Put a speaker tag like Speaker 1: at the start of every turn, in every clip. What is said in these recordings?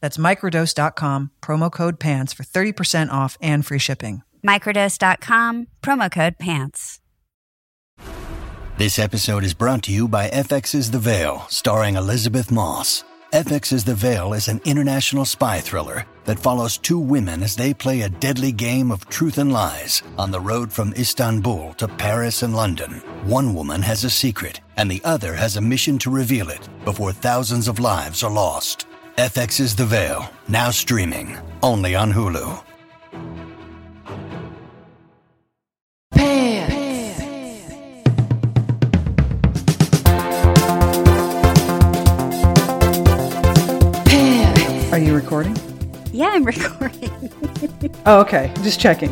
Speaker 1: That's microdose.com, promo code PANTS for 30% off and free shipping.
Speaker 2: Microdose.com, promo code PANTS.
Speaker 3: This episode is brought to you by FX's The Veil, starring Elizabeth Moss. FX's The Veil is an international spy thriller that follows two women as they play a deadly game of truth and lies on the road from Istanbul to Paris and London. One woman has a secret, and the other has a mission to reveal it before thousands of lives are lost. FX's The Veil, now streaming, only on Hulu.
Speaker 1: Are you recording?
Speaker 2: Yeah, I'm recording.
Speaker 1: Oh, okay. Just checking.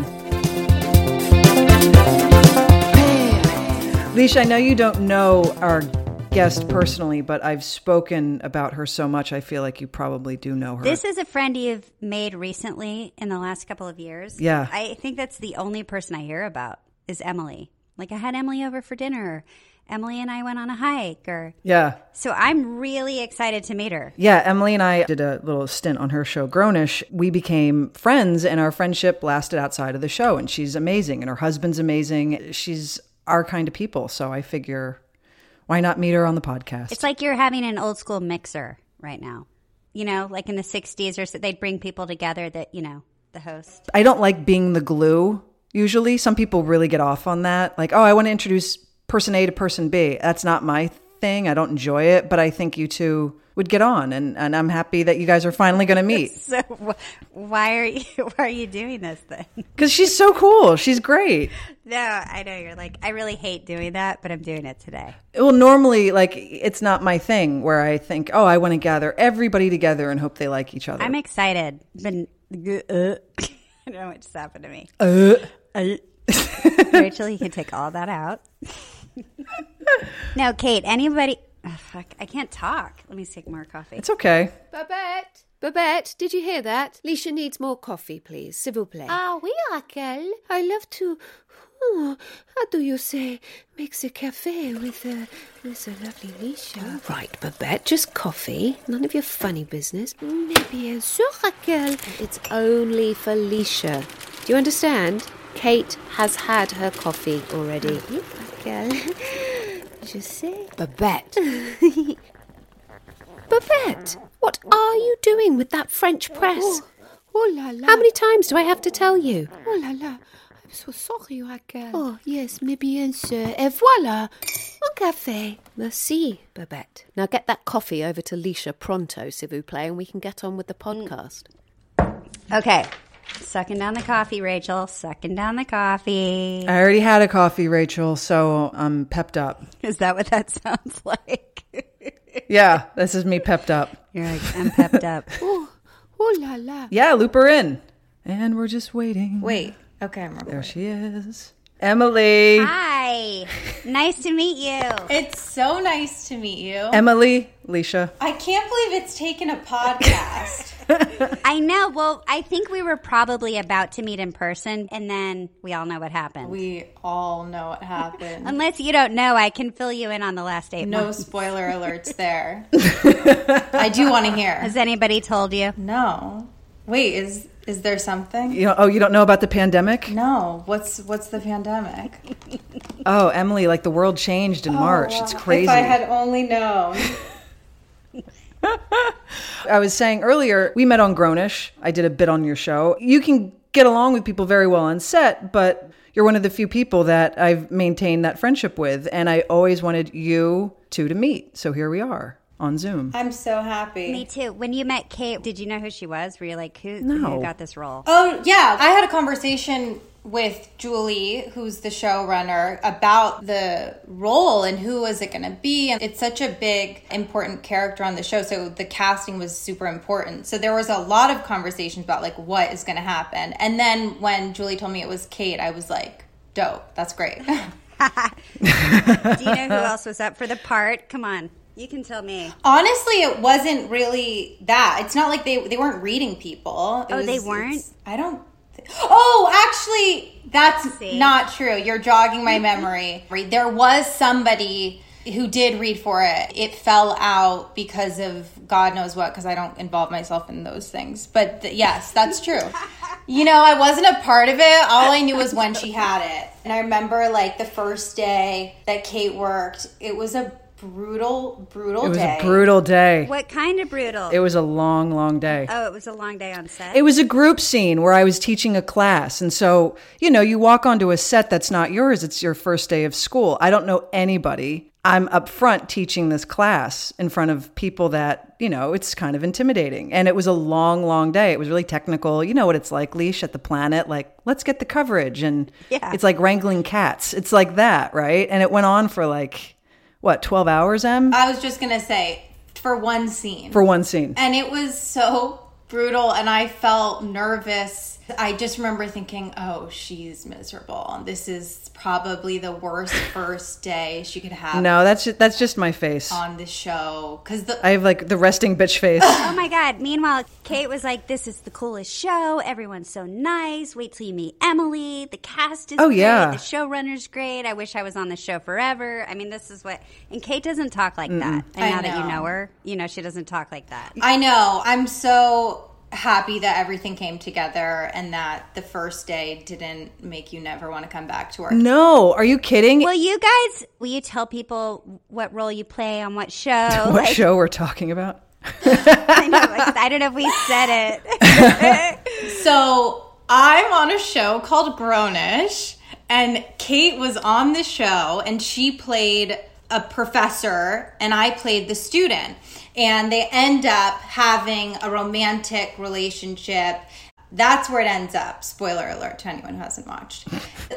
Speaker 1: Leash, I know you don't know our guest personally, but I've spoken about her so much, I feel like you probably do know her.
Speaker 2: This is a friend you've made recently in the last couple of years.
Speaker 1: Yeah.
Speaker 2: I think that's the only person I hear about is Emily. Like I had Emily over for dinner. Emily and I went on a hike or
Speaker 1: yeah.
Speaker 2: so I'm really excited to meet her.
Speaker 1: Yeah, Emily and I did a little stint on her show, Grownish. We became friends, and our friendship lasted outside of the show. And she's amazing, and her husband's amazing. She's our kind of people. So I figure, why not meet her on the podcast?
Speaker 2: It's like you're having an old school mixer right now. You know, like in the 60s or so they'd bring people together that, you know, the host.
Speaker 1: I don't like being the glue usually. Some people really get off on that. Like, oh, I want to introduce person A to person B. That's not my thing. I don't enjoy it, but I think you two would get on. And, and I'm happy that you guys are finally going to meet
Speaker 2: So wh- why are you why are you doing this then?
Speaker 1: because she's so cool. She's great.
Speaker 2: No, I know you're like I really hate doing that, but I'm doing it today.
Speaker 1: Well, normally, like, it's not my thing where I think, oh, I want to gather everybody together and hope they like each other.
Speaker 2: I'm excited. Been uh, I don't know what just happened to me. Uh. Rachel, you can take all that out. no, Kate. Anybody? Oh, fuck, I can't talk. Let me take more coffee.
Speaker 1: it's okay.
Speaker 4: Babette! Babette, did you hear that? Leisha needs more coffee, please. Civil play. Ah, oui, Raquel. I love to. Oh, how do you say? Mix a cafe with a, with a lovely Leisha. All right, Babette, just coffee. None of your funny business. Maybe sûr, Raquel. It's only for Leisha. Do you understand? Kate has had her coffee already. Raquel. Je sais. Babette. Babette, what are you doing with that French press? Oh, la la. How many times do I have to tell you? Oh la la. I'm so sorry, Raquel. Oh, yes, mais bien sûr. Et voilà. Mon café. Merci, Babette. Now get that coffee over to Leisha pronto, s'il vous plaît, and we can get on with the podcast.
Speaker 2: Okay, sucking down the coffee, Rachel. Sucking down the coffee.
Speaker 1: I already had a coffee, Rachel, so I'm pepped up.
Speaker 2: Is that what that sounds like?
Speaker 1: Yeah, this is me pepped up.
Speaker 2: You're like I'm pepped up.
Speaker 4: Oh, oh la la.
Speaker 1: Yeah, loop her in. And we're just waiting.
Speaker 5: Wait. Okay, I'm
Speaker 1: There
Speaker 5: recording.
Speaker 1: she is. Emily.
Speaker 2: Hi, nice to meet you.
Speaker 5: It's so nice to meet you.
Speaker 1: Emily, Leisha.
Speaker 5: I can't believe it's taken a podcast.
Speaker 2: I know. Well, I think we were probably about to meet in person, and then we all know what happened.
Speaker 5: we all know what happened.
Speaker 2: Unless you don't know, I can fill you in on the last eight
Speaker 5: No
Speaker 2: months.
Speaker 5: spoiler alerts there. I do want to hear.
Speaker 2: Has anybody told you?
Speaker 5: No. Wait, is is there something?
Speaker 1: You know, oh, you don't know about the pandemic?
Speaker 5: No. What's what's the pandemic?
Speaker 1: Oh, Emily, like the world changed in March. It's crazy.
Speaker 5: Oh, If I had only known.
Speaker 1: I was saying earlier, we met on Grownish. I did a bit on your show. You can get along with people very well on set, but you're one of the few people that I've maintained that friendship with. And I always wanted you two to meet. So here we are on Zoom.
Speaker 5: I'm so happy.
Speaker 2: Me too. When you met Kate, did you know who she was? Were you like, who,
Speaker 1: No.
Speaker 2: who got this role?
Speaker 5: Oh, yeah. I had a conversation with Julie, who's the showrunner, about the role and who was it going to be. And it's such a big, important character on the show. So the casting was super important. So there was a lot of conversations about like what is going to happen. And then when Julie told me it was Kate, I was like, dope. That's great.
Speaker 2: Do you know who else was up for the part? Come on. You can tell me.
Speaker 5: Honestly, it wasn't really that. It's not like they they weren't reading people. It
Speaker 2: Oh, they
Speaker 5: it's-
Speaker 2: weren't?
Speaker 5: I don't. thi- oh, actually, that's not true. You're jogging
Speaker 2: Mm-hmm.
Speaker 5: my memory. There was somebody who did read for it. It fell out because of God knows what. Because I don't involve myself in those things. But th- yes, that's true. You know, I wasn't a part of it. All I knew was when she had it. And I remember like the first day that Kate worked, it was a brutal, brutal
Speaker 1: It was
Speaker 5: day.
Speaker 1: a brutal day.
Speaker 2: What kind of brutal?
Speaker 1: It was a long, long day.
Speaker 2: oh, it was a long day on set.
Speaker 1: It was a group scene where I was teaching a class. And so, you know, you walk onto a set that's not yours. It's your first day of school. I don't know anybody. I'm up front teaching this class in front of people that, you know, it's kind of intimidating. And it was a long, long day. It was really technical. You know what it's like, leash at the planet, like, let's get the coverage. And
Speaker 2: Yeah.
Speaker 1: it's like wrangling cats. It's like that, right? And it went on for like, what, 12 hours, Em?
Speaker 5: I was just gonna say for one scene,
Speaker 1: for one scene.
Speaker 5: and it was so brutal, and I felt nervous. I just remember thinking, "Oh, she's miserable. This is probably the worst first day she could have
Speaker 1: No, that's just, that's just my face.
Speaker 5: on the show." Because the
Speaker 1: I have like the resting bitch face.
Speaker 2: oh my God. Meanwhile, Kate was like, this is the coolest show. Everyone's so nice. Wait till you meet Emily. The cast is
Speaker 1: Oh,
Speaker 2: great.
Speaker 1: yeah.
Speaker 2: The showrunner's great. I wish I was on the show forever. I mean, this is what. And Kate doesn't talk like that. And
Speaker 5: I
Speaker 2: now that you
Speaker 5: know.
Speaker 2: know her, you know, she doesn't talk like that.
Speaker 5: I know. I'm so happy that everything came together and that the first day didn't make you never want to come back to work.
Speaker 1: No, are you kidding?
Speaker 2: Will you guys, will you tell people what role you play on what show?
Speaker 1: what
Speaker 2: Like,
Speaker 1: show we're talking about?
Speaker 2: I, know, like, I don't know if we said it.
Speaker 5: So I'm on a show called Grownish, and Kate was on the show, and she played a professor, and I played the student. And they end up having a romantic relationship. That's where it ends up. Spoiler alert to anyone who hasn't watched.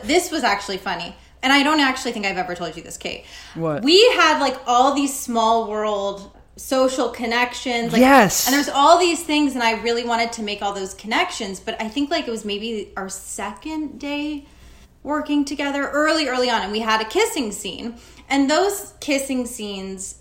Speaker 5: This was actually funny. And I don't actually think I've ever told you this, Kate.
Speaker 1: What?
Speaker 5: We had like all these small world social connections. Like,
Speaker 1: Yes.
Speaker 5: And there's all these things and i really wanted to make all those connections but i think like it was maybe our second day working together early early on and we had a kissing scene and those kissing scenes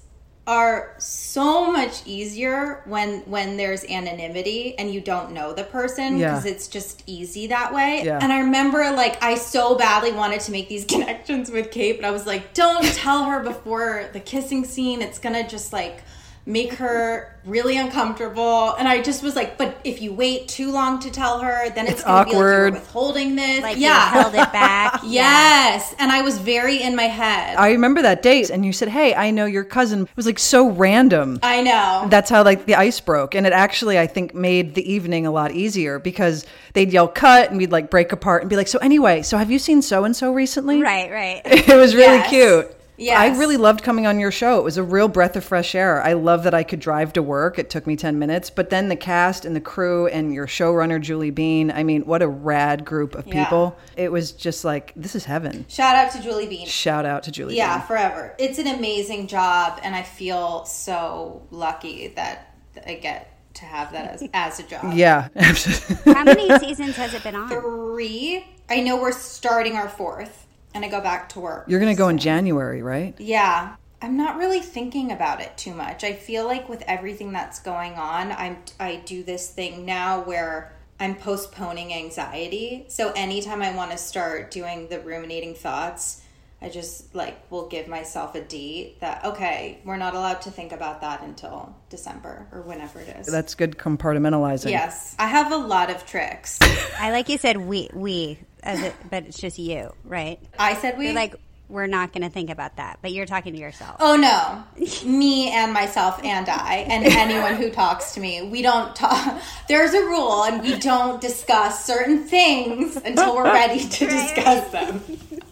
Speaker 5: are so much easier when when there's anonymity and you don't know the person
Speaker 1: Yeah.
Speaker 5: because it's just easy that way
Speaker 1: Yeah.
Speaker 5: and i remember like i so badly wanted to make these connections with kate but i was like don't tell her before the kissing scene it's gonna just like make her really uncomfortable and i just was like but if you wait too long to tell her then it's,
Speaker 1: It's
Speaker 5: gonna
Speaker 1: awkward.
Speaker 5: be like you're withholding this
Speaker 2: Like,
Speaker 5: yeah
Speaker 2: you held it back.
Speaker 5: yes and i was very in my head i,
Speaker 1: I remember that date, and you said, "Hey, I know your cousin." It was like so random.
Speaker 5: know
Speaker 1: That's how like the ice broke, and it actually I think made the evening a lot easier because they'd yell "cut" and we'd like break apart and be like, "So anyway, so have you seen so and so recently?"
Speaker 2: Right, right.
Speaker 1: It was really
Speaker 5: Yes.
Speaker 1: cute.
Speaker 5: Yes.
Speaker 1: I really loved coming on your show. It was a real breath of fresh air. I love that I could drive to work. It took me 10 minutes, but then the cast and the crew and your showrunner, Julie Bean. I mean, what a rad group of
Speaker 5: Yeah.
Speaker 1: people. It was just like, this is heaven.
Speaker 5: shout out to julie bean
Speaker 1: Shout out to Julie
Speaker 5: yeah
Speaker 1: Bean.
Speaker 5: forever it's an amazing job and i feel so lucky that i get to have that as, as a job
Speaker 1: Yeah.
Speaker 2: How many seasons has it been on?
Speaker 5: three i know we're starting our fourth and i go back to work
Speaker 1: You're going to go in January, right?
Speaker 5: Yeah. I'm not really thinking about it too much. I feel like with everything that's going on, I'm I do this thing now where I'm postponing anxiety. So anytime I want to start doing the ruminating thoughts, I just like will give myself a date that okay, we're not allowed to think about that until December or whenever it is.
Speaker 1: That's good compartmentalizing.
Speaker 5: yes. I have a lot of tricks.
Speaker 2: I like you said we, we, as it, but it's just you, right?
Speaker 5: I said we
Speaker 2: You're like, we're not going to think about that. But you're talking to yourself.
Speaker 5: Oh no, me and myself and I and anyone who talks to me, we don't talk. There's a rule, and we don't discuss certain things until we're ready to discuss them.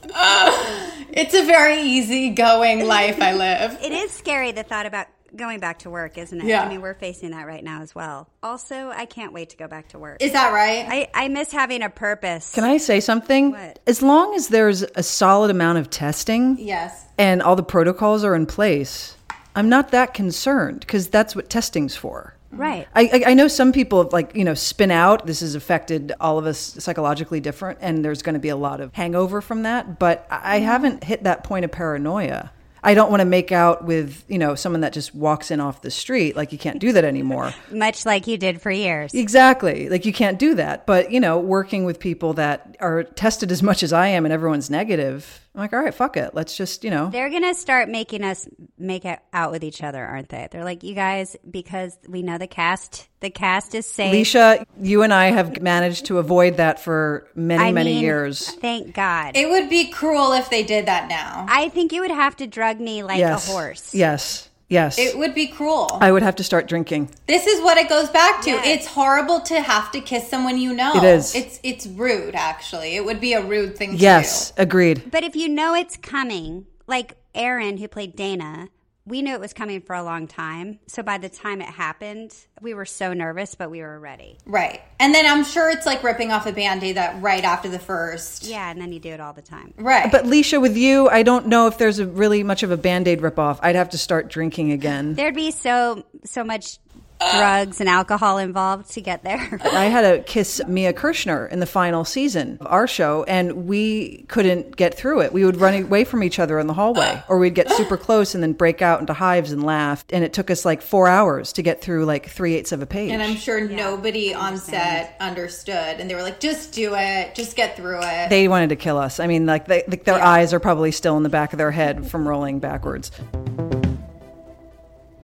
Speaker 5: it's a very easygoing life I live.
Speaker 2: It is scary the thought about going back to work, isn't it?
Speaker 5: Yeah.
Speaker 2: I mean, we're facing that right now as well. Also, I can't wait to go back to work.
Speaker 5: Is that right?
Speaker 2: I, I miss having a purpose.
Speaker 1: Can I say something?
Speaker 2: What?
Speaker 1: As long as there's a solid amount of testing
Speaker 5: yes.
Speaker 1: and all the protocols are in place, I'm not that concerned because that's what testing's for.
Speaker 2: Right.
Speaker 1: I, I, I know some people like you know spin out. This has affected all of us psychologically different, and there's going to be a lot of hangover from that. But I I
Speaker 2: Mm-hmm.
Speaker 1: haven't hit that point of paranoia. I don't want to make out with you know someone that just walks in off the street. Like you can't do that anymore.
Speaker 2: Much like you did for years.
Speaker 1: Exactly. Like you can't do that. But you know, working with people that are tested as much as I am, and everyone's negative. I'm like, all right, fuck it. Let's just you know.
Speaker 2: They're going to start making us make it out with each other, aren't they? They're like, you guys, because we know the cast, the cast is safe.
Speaker 1: Alicia, you and I have managed to avoid that for many,
Speaker 2: I
Speaker 1: many
Speaker 2: mean,
Speaker 1: years.
Speaker 2: Thank God.
Speaker 5: It would be cruel if they did that now.
Speaker 2: I think you would have to drug me like
Speaker 1: yes.
Speaker 2: a horse.
Speaker 1: Yes. Yes.
Speaker 5: It would be cruel.
Speaker 1: I would have to start drinking.
Speaker 5: This is what it goes back to. It's horrible to have to kiss someone you know.
Speaker 1: It is.
Speaker 5: It's it's rude actually. It would be a rude thing
Speaker 1: Yes,
Speaker 5: to
Speaker 1: agreed.
Speaker 2: But if you know it's coming, like Aaron, who played Dana, we knew it was coming for a long time. So by the time it happened, we were so nervous, but we were ready.
Speaker 5: do. Right. And then I'm sure it's like ripping off a band-aid that right after the first.
Speaker 2: Yeah, and then you do it all the time.
Speaker 5: Right.
Speaker 1: But Leisha, with you, I don't know if there's a really much of a band aid ripoff. I'd have to start drinking again.
Speaker 2: There'd be so so much drugs and alcohol involved to get there.
Speaker 1: I had a kiss Mia Kirshner in the final season of our show, and we couldn't get through it. We would run away from each other in the hallway, or we'd get super close and then break out into hives and laugh. And it took us like four hours to get through like three eighths of a page.
Speaker 5: and I'm sure nobody on set understood and they were like just do it. Just get through it.
Speaker 1: they wanted to kill us. I mean, like, they, like their eyes are probably still in the back of their head from rolling backwards.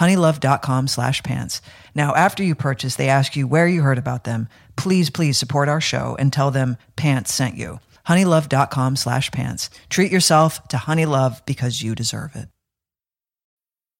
Speaker 6: honeylove.com slash pants. Now, after you purchase, they ask you where you heard about them. Please, please support our show and tell them pants sent you. Honeylove.com slash pants. Treat yourself to Honey Love because you deserve it.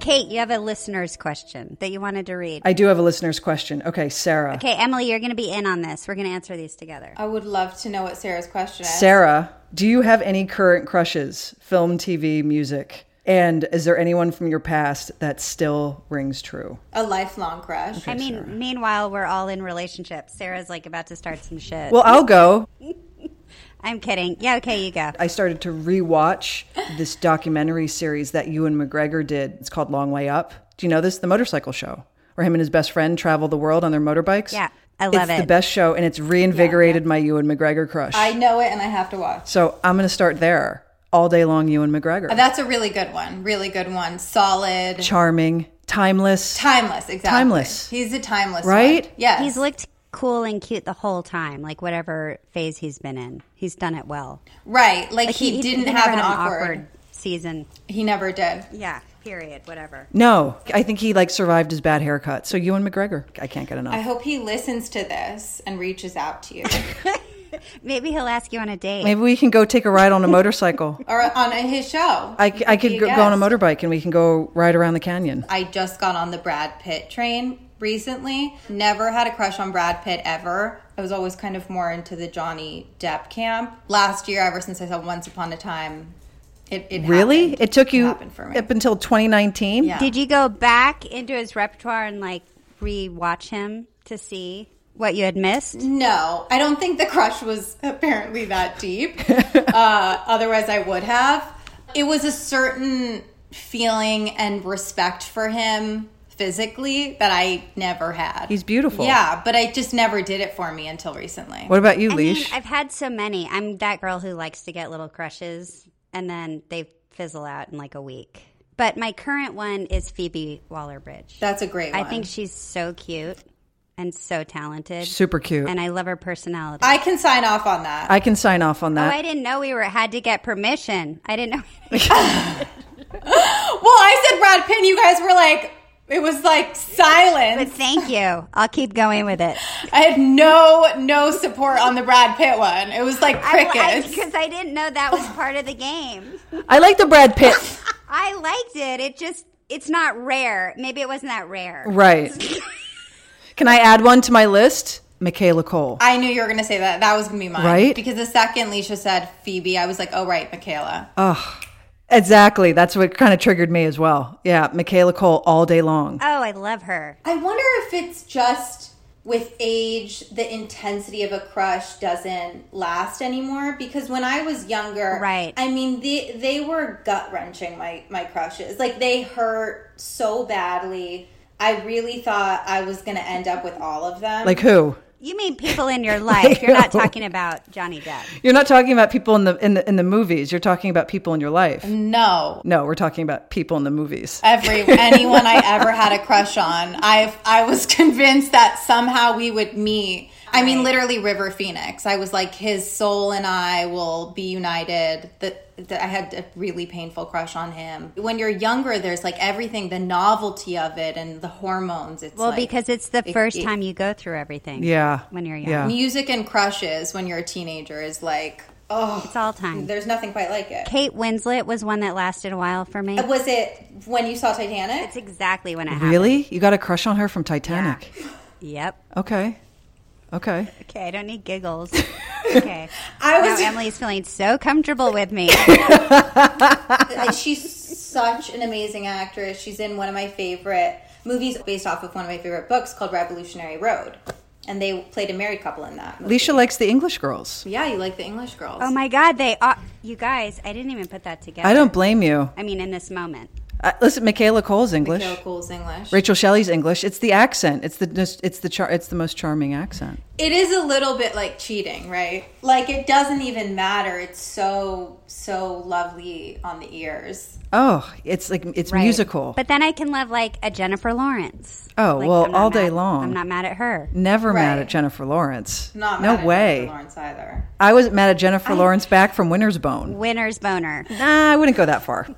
Speaker 2: Kate, you have a listener's question that you wanted to read.
Speaker 1: I do have a listener's question. Okay, Sarah.
Speaker 2: okay, Emily, you're going to be in on this. We're going to answer these together.
Speaker 5: I would love to know what Sarah's question is.
Speaker 1: Sarah, do you have any current crushes? Film, TV, music? And is there anyone from your past that still rings true?
Speaker 5: a lifelong crush.
Speaker 2: I mean, meanwhile, we're all in relationships. Sarah's like about to start some shit.
Speaker 1: Well, I'll go.
Speaker 2: I'm kidding. Yeah, okay, you go.
Speaker 1: I started to rewatch this documentary series that Ewan McGregor did. It's called Long Way Up. Do you know this? The motorcycle show where him and his best friend travel the world on their motorbikes.
Speaker 2: Yeah. I love
Speaker 7: it's
Speaker 2: it.
Speaker 7: the best show, and it's reinvigorated my Ewan McGregor crush.
Speaker 5: I know it and I have to watch.
Speaker 7: so I'm going to start there all day long. Ewan McGregor,
Speaker 5: That's a really good one. Really good one. Solid.
Speaker 7: charming, timeless.
Speaker 5: timeless. Exactly.
Speaker 7: Timeless.
Speaker 5: He's a timeless.
Speaker 7: Right?
Speaker 5: One. Yes.
Speaker 2: He's looked cool and cute the whole time, like whatever phase he's been in. He's done it well.
Speaker 5: right. Like, he, didn't
Speaker 2: never
Speaker 5: have
Speaker 2: had
Speaker 5: an awkward,
Speaker 2: season.
Speaker 5: He never did.
Speaker 2: Yeah, period, whatever.
Speaker 7: no, I think he like survived his bad haircut. So Ewan McGregor, I can't get enough.
Speaker 5: I hope he listens to this and reaches out to you
Speaker 2: Maybe he'll ask you on a date.
Speaker 7: Maybe we can go take a ride on a motorcycle.
Speaker 5: or on his show.
Speaker 7: I, I could go, go on a motorbike and we can go ride around the canyon.
Speaker 5: I just got on the Brad Pitt train recently. Never had a crush on Brad Pitt ever. I was always kind of more into the Johnny Depp camp. Last year, ever since I saw Once Upon a Time, it, it
Speaker 7: Really?
Speaker 5: happened.
Speaker 7: It took you
Speaker 5: happened for me.
Speaker 7: up until 2019?
Speaker 5: Yeah.
Speaker 2: Did you go back into his repertoire and like re-watch him to see what you had missed?
Speaker 5: No, I don't think the crush was apparently that deep. uh, otherwise, I would have. It was a certain feeling and respect for him physically that I never had.
Speaker 7: He's beautiful.
Speaker 5: Yeah, but I just never did it for me until recently.
Speaker 7: What about you,
Speaker 2: I mean,
Speaker 7: Leash?
Speaker 2: I've had so many. I'm that girl who likes to get little crushes and then they fizzle out in like a week. But my current one is Phoebe Waller-Bridge.
Speaker 5: That's a great one.
Speaker 2: I think she's so cute and so talented.
Speaker 7: Super cute. Uh,
Speaker 2: And I love her personality.
Speaker 5: I can sign off on that.
Speaker 7: I can sign off on
Speaker 2: oh,
Speaker 7: that.
Speaker 2: I didn't know we were had to get permission. I didn't know.
Speaker 5: well, I said Brad Pitt. and You guys were like, it was like
Speaker 2: but
Speaker 5: silence.
Speaker 2: thank you. I'll keep going with it.
Speaker 5: I had no no support on the Brad Pitt one. It was like crickets.
Speaker 2: Because I, didn't know that was part of the game.
Speaker 7: I like the Brad Pitt.
Speaker 2: I liked it. It just it's not rare. Maybe it wasn't that rare.
Speaker 7: right. Can I add one to my list? Michaela Cole.
Speaker 5: I knew you were going to say that. That was going to be mine.
Speaker 7: Right?
Speaker 5: Because the second Leisha said Phoebe, I was like, oh, right, Michaela.
Speaker 7: exactly. That's what kind of triggered me as well. Yeah, Michaela Cole all day long.
Speaker 2: Oh, I love her.
Speaker 5: I wonder if it's just with age, the intensity of a crush doesn't last anymore. Because when I was younger,
Speaker 2: Right.
Speaker 5: I mean, they, they were gut wrenching, my, my crushes. Like, they hurt so badly. I really thought I was going to end up with all of them.
Speaker 7: Like who?
Speaker 2: You mean people in your life? You're not talking about Johnny Depp.
Speaker 7: You're not talking about people in the in the in the movies. You're talking about people in your life.
Speaker 5: no.
Speaker 7: No, we're talking about people in the movies.
Speaker 5: Every anyone I ever had a crush on, I I was convinced that somehow we would meet. I mean, literally River Phoenix. I was like, his soul and I will be united. That that I had a really painful crush on him. When you're younger, there's like everything, the novelty of it, and the hormones. It's
Speaker 2: Well,
Speaker 5: like-
Speaker 2: because it's the
Speaker 5: it-
Speaker 2: first
Speaker 5: it-
Speaker 2: time you go through everything.
Speaker 7: Yeah.
Speaker 2: When you're young.
Speaker 7: Yeah.
Speaker 5: music and crushes when you're a teenager is like, oh,
Speaker 2: It's all time.
Speaker 5: there's nothing quite like it.
Speaker 2: Kate Winslet was one that lasted a while for me.
Speaker 5: Was it when you saw Titanic?
Speaker 2: That's exactly when it happened.
Speaker 7: Really? You got a crush on her from Titanic?
Speaker 2: Yep.
Speaker 7: Okay. Okay.
Speaker 2: Okay, I don't need giggles. Okay.
Speaker 5: I
Speaker 2: Now
Speaker 5: was
Speaker 2: Emily's feeling so comfortable with me.
Speaker 5: Like, she's such an amazing actress. She's in one of my favorite movies based off of one of my favorite books called Revolutionary Road. And they played a married couple in that. movie.
Speaker 7: Alicia likes the English girls.
Speaker 5: Yeah, you like the English girls.
Speaker 2: Oh my God, they are. You guys, I didn't even put that together.
Speaker 7: I don't blame you.
Speaker 2: I mean, in this moment.
Speaker 7: Uh, listen, Michaela Cole's English.
Speaker 5: Michaela Cole's English.
Speaker 7: Rachel Shelley's English. It's the accent. It's the it's the char- it's the most charming accent.
Speaker 5: It is a little bit like cheating, right? Like it doesn't even matter. It's so so lovely on the ears.
Speaker 7: Oh, it's like it's musical.
Speaker 2: But then I can love like a Jennifer Lawrence.
Speaker 7: oh
Speaker 2: Like,
Speaker 7: well,
Speaker 2: I'm not
Speaker 7: all day
Speaker 2: mad-
Speaker 7: long.
Speaker 2: I'm not mad at her.
Speaker 7: Never mad
Speaker 5: Right.
Speaker 7: at Jennifer Lawrence.
Speaker 5: Not
Speaker 7: no
Speaker 5: mad at
Speaker 7: way.
Speaker 5: Jennifer Lawrence either.
Speaker 7: I wasn't mad at Jennifer Lawrence back from Winter's Bone.
Speaker 2: Winner's boner.
Speaker 7: Nah, I wouldn't go that far.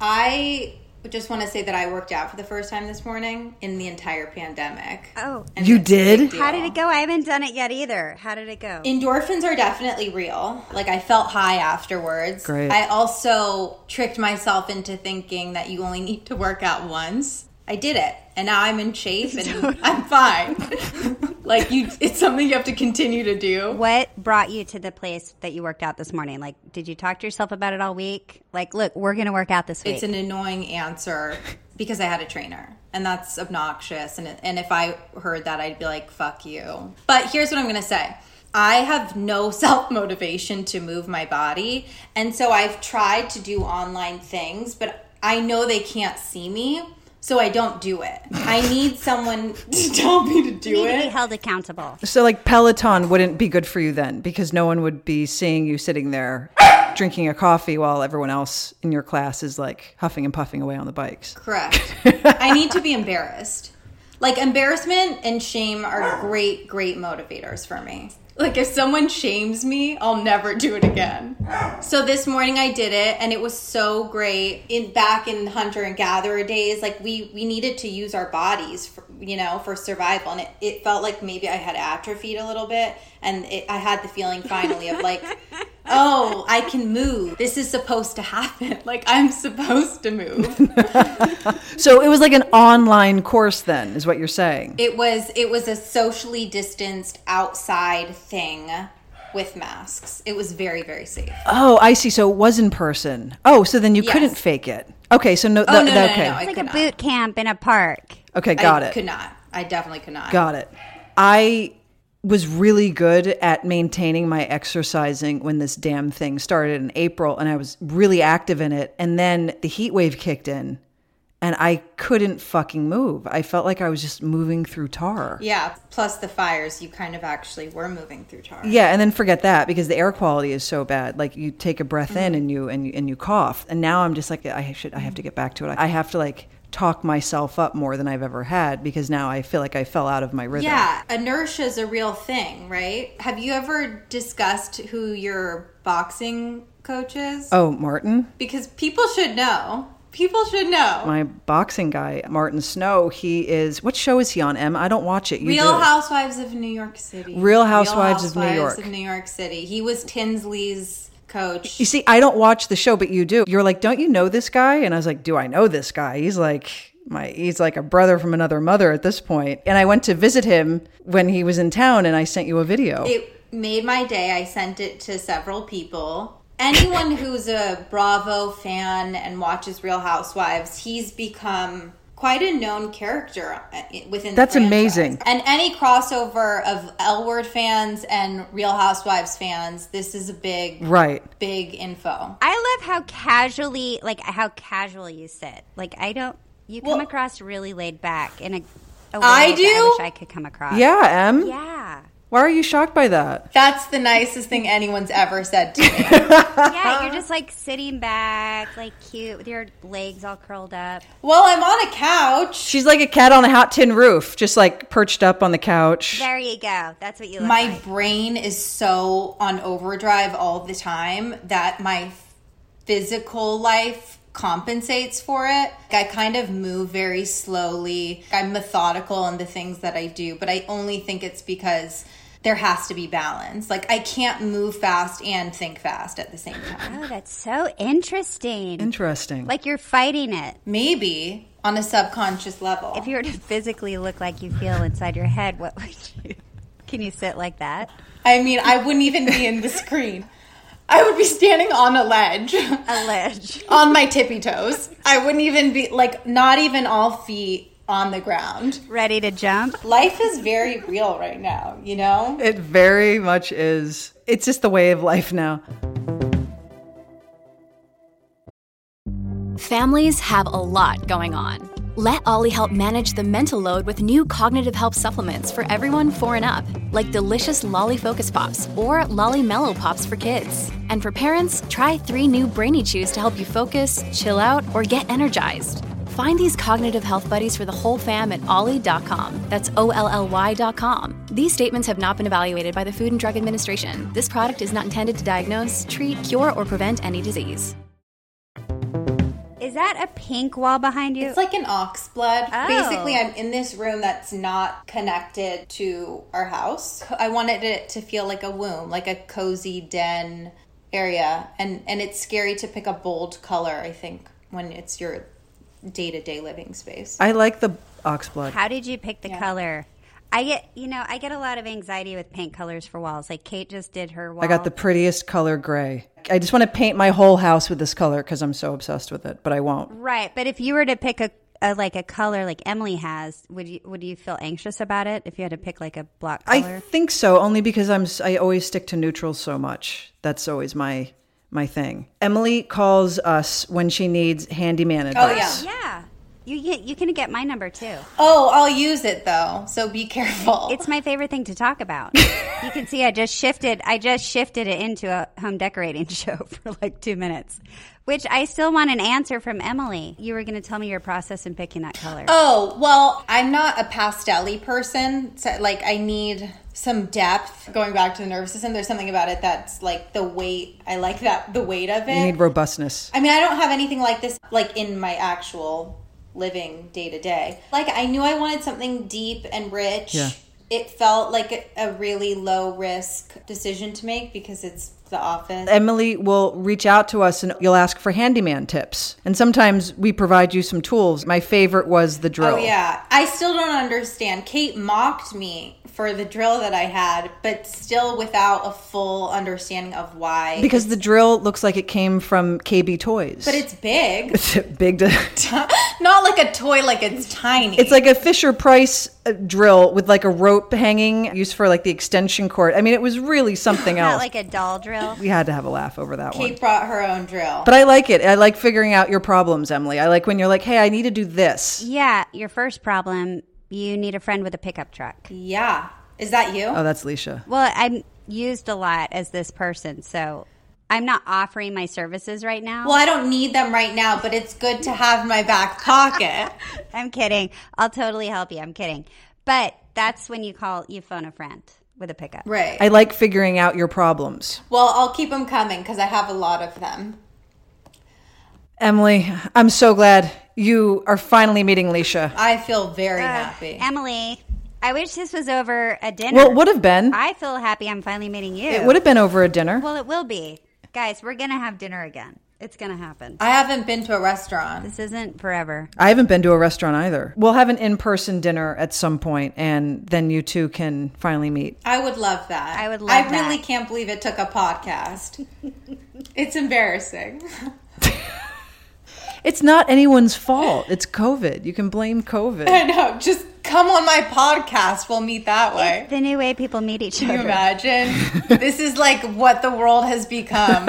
Speaker 5: I just want to say that I worked out for the first time this morning in the entire pandemic.
Speaker 2: Oh.
Speaker 5: And
Speaker 7: You
Speaker 5: it's a big
Speaker 7: did?
Speaker 5: deal.
Speaker 2: How did it go? I haven't done it yet either. How did it go?
Speaker 5: Endorphins are definitely real. Like I felt high afterwards.
Speaker 7: Great.
Speaker 5: I also tricked myself into thinking that you only need to work out once. I did it, and now I'm in shape and I'm fine. like you, it's something you have to continue to do.
Speaker 2: what brought you to the place that you worked out this morning? Like, did you talk to yourself about it all week? Like, look, we're going to work out this week.
Speaker 5: It's an annoying answer because I had a trainer, and that's obnoxious. And and if I heard that, I'd be like, "Fuck you." But here's what I'm gonna say. I have no self motivation to move my body. And so I've tried to do online things, but I know they can't see me. so I don't do it. I need someone to tell me to
Speaker 2: You
Speaker 5: do
Speaker 2: need to be
Speaker 5: it.
Speaker 2: held accountable.
Speaker 7: So, like, Peloton wouldn't be good for you then because no one would be seeing you sitting there drinking a coffee while everyone else in your class is like huffing and puffing away on the bikes.
Speaker 5: Correct. I need to be embarrassed. Like embarrassment and shame are great, great motivators for me. Like if someone shames me, I'll never do it again. So this morning I did it and it was so great. In back in hunter and gatherer days, like we we needed to use our bodies, for, you know, for survival and it, it felt like maybe I had atrophied a little bit and it, I had the feeling finally of like oh, I can move. This is supposed to happen. Like I'm supposed to move.
Speaker 7: So, it was like an online course then, is what you're saying.
Speaker 5: It was it was a socially distanced outside thing with masks. It was very very safe.
Speaker 7: Oh, I see. So, it was in person. Oh, so then you
Speaker 5: Yes.
Speaker 7: couldn't fake it. Okay. So, no,
Speaker 5: Oh
Speaker 7: th-
Speaker 5: no,
Speaker 7: th-
Speaker 5: no,
Speaker 7: okay.
Speaker 5: no, no, I
Speaker 2: It's like
Speaker 5: could
Speaker 2: a
Speaker 5: not.
Speaker 2: boot camp in a park.
Speaker 7: Okay. Got
Speaker 5: I
Speaker 7: it.
Speaker 5: Could not. I definitely could not.
Speaker 7: Got it. I was really good at maintaining my exercising when this damn thing started in April and I was really active in it. And then the heat wave kicked in and I couldn't fucking move. I felt like I was just moving through tar.
Speaker 5: Yeah. Plus the fires, you kind of actually were moving through tar.
Speaker 7: Yeah, and then forget that because the air quality is so bad. Like you take a breath
Speaker 5: Mm-hmm.
Speaker 7: in and you and you, and you cough. And now I'm just like I should I have to get back to it. I have to like talk myself up more than I've ever had because now I feel like I fell out of my rhythm.
Speaker 5: Yeah, inertia is a real thing, right? Have you ever discussed who your boxing coach is?
Speaker 7: Oh, Martin?
Speaker 5: Because people should know. People should know.
Speaker 7: my boxing guy, Martin Snow, he is what show is he on? M. I don't watch it. You
Speaker 5: Real
Speaker 7: do.
Speaker 5: Housewives of New York City.
Speaker 7: Real Housewives of New
Speaker 5: Housewives
Speaker 7: York.
Speaker 5: of New York City. He was Tinsley's coach.
Speaker 7: You see, I don't watch the show, but you do. You're like, don't you know this guy? And I was like, do I know this guy? He's like my he's like a brother from another mother at this point. And I went to visit him when he was in town, and I sent you a video.
Speaker 5: It made my day. I sent it to several people. Anyone who's a Bravo fan and watches Real Housewives, he's become quite a known character uh, within. the
Speaker 7: That's
Speaker 5: franchise.
Speaker 7: amazing.
Speaker 5: And any crossover of L Word fans and Real Housewives fans, this is a big,
Speaker 7: right.
Speaker 5: big info.
Speaker 2: I love how casually, like how casual you sit. Like I don't, you come
Speaker 5: Well-
Speaker 2: across really laid back in a. a way
Speaker 5: I
Speaker 2: that
Speaker 5: do?
Speaker 2: I wish I could come across.
Speaker 7: Yeah, M.
Speaker 2: Yeah.
Speaker 7: Why are you shocked by that?
Speaker 5: That's the nicest thing anyone's ever said to me.
Speaker 2: Yeah, you're just like sitting back, like cute, with your legs all curled up.
Speaker 5: well, I'm on a couch.
Speaker 7: She's like a cat on a hot tin roof, just like perched up on the couch.
Speaker 2: There you go. That's what you look
Speaker 5: my
Speaker 2: like.
Speaker 5: brain is so on overdrive all the time that my physical life compensates for it. I kind of move very slowly. I'm methodical in the things that I do, but I only think it's because there has to be balance. Like I can't move fast and think fast at the same time.
Speaker 2: Oh, that's so interesting.
Speaker 7: Interesting.
Speaker 2: like you're fighting it.
Speaker 5: Maybe on a subconscious level.
Speaker 2: If you were to physically look like you feel inside your head, what would you? Can you sit like that?
Speaker 5: I mean, I wouldn't even be in the screen. I would be standing on a ledge.
Speaker 2: A ledge.
Speaker 5: on my tippy toes. I wouldn't even be like not even all feet on the ground.
Speaker 2: Ready to jump?
Speaker 5: Life is very real right now, you know?
Speaker 7: It very much is. It's just the way of life now.
Speaker 8: Families have a lot going on. Let Ollie help manage the mental load with new cognitive help supplements for everyone four and up, like delicious Lolly Focus Pops or Lolly Mellow Pops for kids. And for parents, try three new Brainy Chews to help you focus, chill out, or get energized. Find these cognitive health buddies for the whole fam at ollie.com. That's O L L Y.com. These statements have not been evaluated by the Food and Drug Administration. This product is not intended to diagnose, treat, cure, or prevent any disease.
Speaker 2: Is that a pink wall behind you?
Speaker 5: It's like an ox blood.
Speaker 2: Oh.
Speaker 5: Basically, I'm in this room that's not connected to our house. I wanted it to feel like a womb, like a cozy den area. And and it's scary to pick a bold color, I think, when it's your day-to-day living space.
Speaker 7: I like the ox blood.
Speaker 2: How did you pick the color? I get, you know, I get a lot of anxiety with paint colors for walls. Like Kate just did her wall.
Speaker 7: I got the prettiest color gray. I just want to paint my whole house with this color because I'm so obsessed with it, but I won't.
Speaker 2: right, but if you were to pick a, a like a color like Emily has, would you would you feel anxious about it if you had to pick like a block
Speaker 7: I
Speaker 2: color?
Speaker 7: think so, only because I'm s- I always stick to neutrals so much. That's always my my thing. Emily calls us when she needs handyman advice.
Speaker 5: Oh, yeah.
Speaker 2: yeah, You get, you can get my number too.
Speaker 5: Oh, I'll use it though, so be careful.
Speaker 2: It's my favorite thing to talk about. you can see I just shifted I just shifted it into a home decorating show for like 2 minutes, which I still want an answer from Emily. You were going to tell me your process in picking that color.
Speaker 5: Oh, well, I'm not a pastelly person. So, like, I need some depth. Going back to the nervous system, there's something about it that's like the weight. I like that, the weight of it.
Speaker 7: You need robustness.
Speaker 5: I mean, I don't have anything like this, like, in my actual living day to day. Like, I knew I wanted something deep and rich.
Speaker 7: Yeah.
Speaker 5: It felt like a, a really low risk decision to make because it's the office.
Speaker 7: Emily will reach out to us and you'll ask for handyman tips. And sometimes we provide you some tools. My favorite was the drill.
Speaker 5: Oh yeah, I still don't understand. Kate mocked me for the drill that I had, but still without a full understanding of why.
Speaker 7: Because the drill looks like it came from KB Toys.
Speaker 5: but it's big,
Speaker 7: it's big to
Speaker 5: not like a toy, like it's tiny.
Speaker 7: It's like a Fisher Price uh, drill with like a rope hanging used for like the extension cord. I mean, it was really something
Speaker 2: Not
Speaker 7: else.
Speaker 2: like a doll drill.
Speaker 7: we had to have a laugh over that one.
Speaker 5: Kate brought her own drill.
Speaker 7: But I like it. I like figuring out your problems, Emily. I like when you're like, "Hey, I need to do this."
Speaker 2: Yeah, your first problem, you need a friend with a pickup truck.
Speaker 5: yeah, is that you?
Speaker 7: Oh, that's Leisha.
Speaker 2: Well, I'm used a lot as this person, so I'm not offering my services right now.
Speaker 5: well, I don't need them right now, but it's good to have in my back pocket.
Speaker 2: I'm kidding. I'll totally help you. I'm kidding. But that's when you call, you phone a friend with a pickup.
Speaker 5: right.
Speaker 7: I like figuring out your problems.
Speaker 5: well, I'll keep them coming because I have a lot of them.
Speaker 7: Emily, I'm so glad you are finally meeting Leisha.
Speaker 5: I feel very
Speaker 7: Uh,
Speaker 5: happy.
Speaker 2: Emily, I wish this was over a dinner.
Speaker 7: Well, it would have been.
Speaker 2: I feel happy I'm finally meeting you.
Speaker 7: It would have been over a dinner.
Speaker 2: Well, it will be. Guys, we're going to have dinner again. It's going to happen.
Speaker 5: I haven't been to a restaurant.
Speaker 2: This isn't forever.
Speaker 7: I haven't been to a restaurant either. We'll have an in-person dinner at some point and then you two can finally meet.
Speaker 5: I would love that.
Speaker 2: I would love
Speaker 5: I really
Speaker 2: that.
Speaker 5: can't believe it took a podcast. it's embarrassing.
Speaker 7: It's not anyone's fault. It's COVID. You can blame COVID.
Speaker 5: I know. Just come on my podcast. We'll meet that way.
Speaker 2: The new way people meet each
Speaker 5: Can you
Speaker 2: other.
Speaker 5: imagine? this is like what the world has become.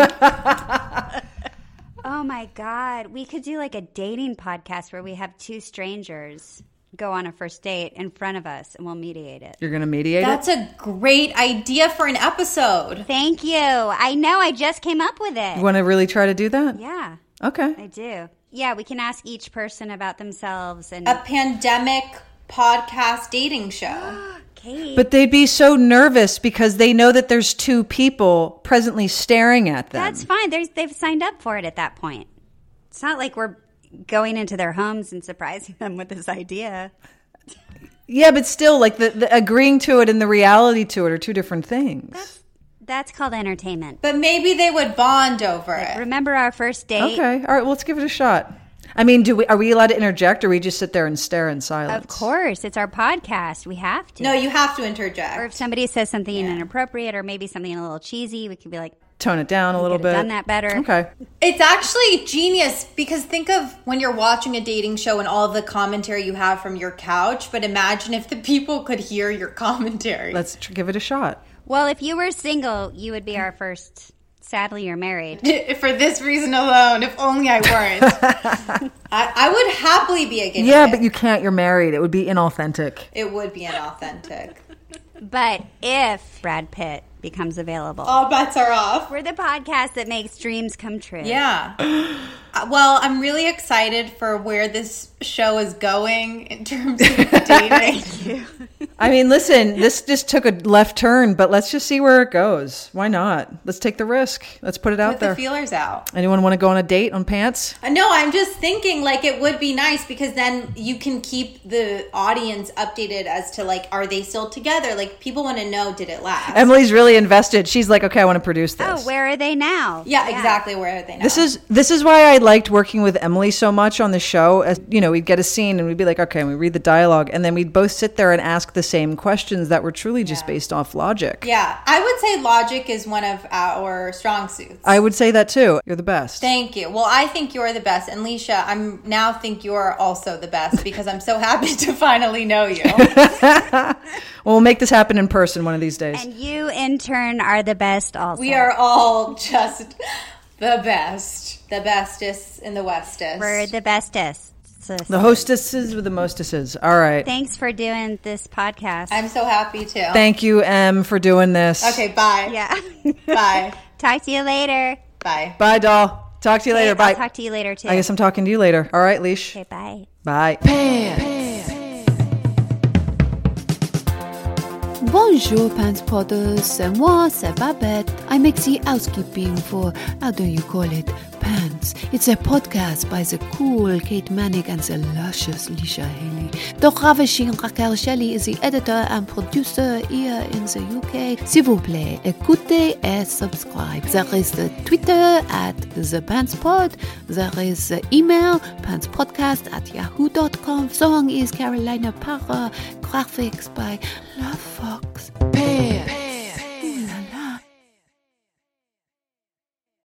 Speaker 2: Oh my God. We could do like a dating podcast where we have two strangers go on a first date in front of us and we'll mediate it.
Speaker 7: You're going to mediate it?
Speaker 5: That's a great idea for an episode.
Speaker 2: Thank you. I know. I just came up with it.
Speaker 7: You want to really try to do that?
Speaker 2: Yeah,
Speaker 7: Okay.
Speaker 2: I do. Yeah, we can ask each person about themselves and
Speaker 5: A pandemic podcast dating show.
Speaker 2: Kate.
Speaker 7: But they'd be so nervous because they know that there's two people presently staring at them.
Speaker 2: That's fine. There's, they've signed up for it at that point. It's not like we're going into their homes and surprising them with this idea.
Speaker 7: yeah, but still, like the, the agreeing to it and the reality to it are two different things.
Speaker 2: That's called entertainment.
Speaker 5: But maybe they would bond over it.
Speaker 2: Remember our first date?
Speaker 7: Okay. All right. Well, let's give it a shot. I mean, do we are we allowed to interject, or we just sit there and stare in silence?
Speaker 2: Of course, it's our podcast. We have to.
Speaker 5: No, you have to
Speaker 2: or if
Speaker 5: interject.
Speaker 2: somebody says something inappropriate or maybe something a little cheesy, we could be like,
Speaker 7: Tone it down a little
Speaker 2: could have
Speaker 7: bit.
Speaker 2: done that better.
Speaker 7: Okay.
Speaker 5: It's actually genius because think of when you're watching a dating show and all the commentary you have from your couch, but imagine if the people could hear your commentary.
Speaker 7: Let's tr- give it a shot.
Speaker 2: "Well, if you were single, you would be our first. Sadly, you're married."
Speaker 5: for this reason alone, if only I weren't. I, I would happily be a guinea
Speaker 7: Yeah,
Speaker 5: pig.
Speaker 7: but you can't. You're married. It would be inauthentic.
Speaker 5: It would be inauthentic.
Speaker 2: But if Brad Pitt becomes available,
Speaker 7: Oh.
Speaker 5: All bets are off.
Speaker 2: we're the podcast that makes dreams come true.
Speaker 5: Yeah. Uh, well, I'm really excited for where this show is going in terms of dating.
Speaker 7: I mean, listen, this just took a left turn, but let's just see where it goes. Why not? Let's take the risk. Let's put it out
Speaker 5: Put the
Speaker 7: there.
Speaker 5: feelers out.
Speaker 7: Anyone want to go on a date on pants?
Speaker 5: Uh, No, I'm just thinking like it would be nice because then you can keep the audience updated as to like are they still together? Like people want to know did it last?
Speaker 7: Emily's really invested. She's like, okay, I want to produce this.
Speaker 2: Oh, where are they now?
Speaker 5: yeah, exactly. Where are they now?
Speaker 7: This is this is why I liked working with Emily so much on the show. As you know, we'd get a scene and we'd be like, okay, and we read the dialogue, and then we'd both sit there and ask the same questions that were truly just based off logic.
Speaker 5: yeah. I would say logic is one of our strong suits.
Speaker 7: I would say that too. You're the best.
Speaker 5: Thank you. Well, I think you're the best. And Leisha, I'm now think you're also the best because I'm so happy to finally know you.
Speaker 7: well, we'll make this happen in person one of these days.
Speaker 2: And you, in turn, are the best. Also,
Speaker 5: we are all just the best. The bestest in the westest.
Speaker 2: We're the bestest. hostess.
Speaker 7: The hostesses with the mostesses. All right.
Speaker 2: Thanks for doing this podcast.
Speaker 5: I'm so happy too.
Speaker 7: Thank you, Em, for doing this.
Speaker 5: okay, bye.
Speaker 2: yeah.
Speaker 5: Bye.
Speaker 2: Talk to you later.
Speaker 5: Bye.
Speaker 7: Bye, doll. Talk to you later.
Speaker 2: I'll
Speaker 7: Bye.
Speaker 2: talk to you later too.
Speaker 7: I guess I'm talking to you later. All right, leash.
Speaker 2: okay, bye.
Speaker 7: Bye.
Speaker 9: Bonjour, Pants Potters. C'est moi, c'est Babette. I make the housekeeping for, how do you call it, Pants. It's a podcast by the cool Kate Manick and the luscious Lisha Haley. The ravishing Raquel Shelley is the editor and producer here in the UK. S'il vous plaît, écoutez et subscribe. There is the Twitter at the Pants Pod. There is the email, pantspodcast at yahoo.com. Song is Carolina Parra. Graphics by Love Fox. Bear.